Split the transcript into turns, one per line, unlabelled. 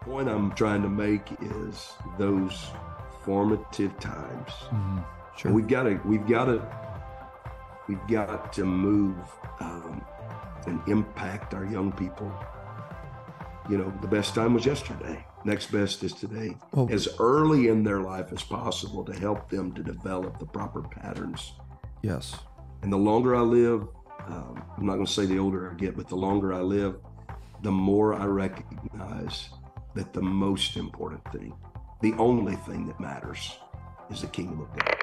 point I'm trying to make is those formative times.
Sure.
We've got to, we've got to, we've got to move um, and impact our young people. You know, the best time was yesterday. Next best is today.
Well-
as early in their life as possible to help them to develop the proper patterns.
yes.
And the longer I live, um, I'm not going to say the older I get, but the longer I live, the more I recognize that the most important thing, the only thing that matters, is the kingdom of God.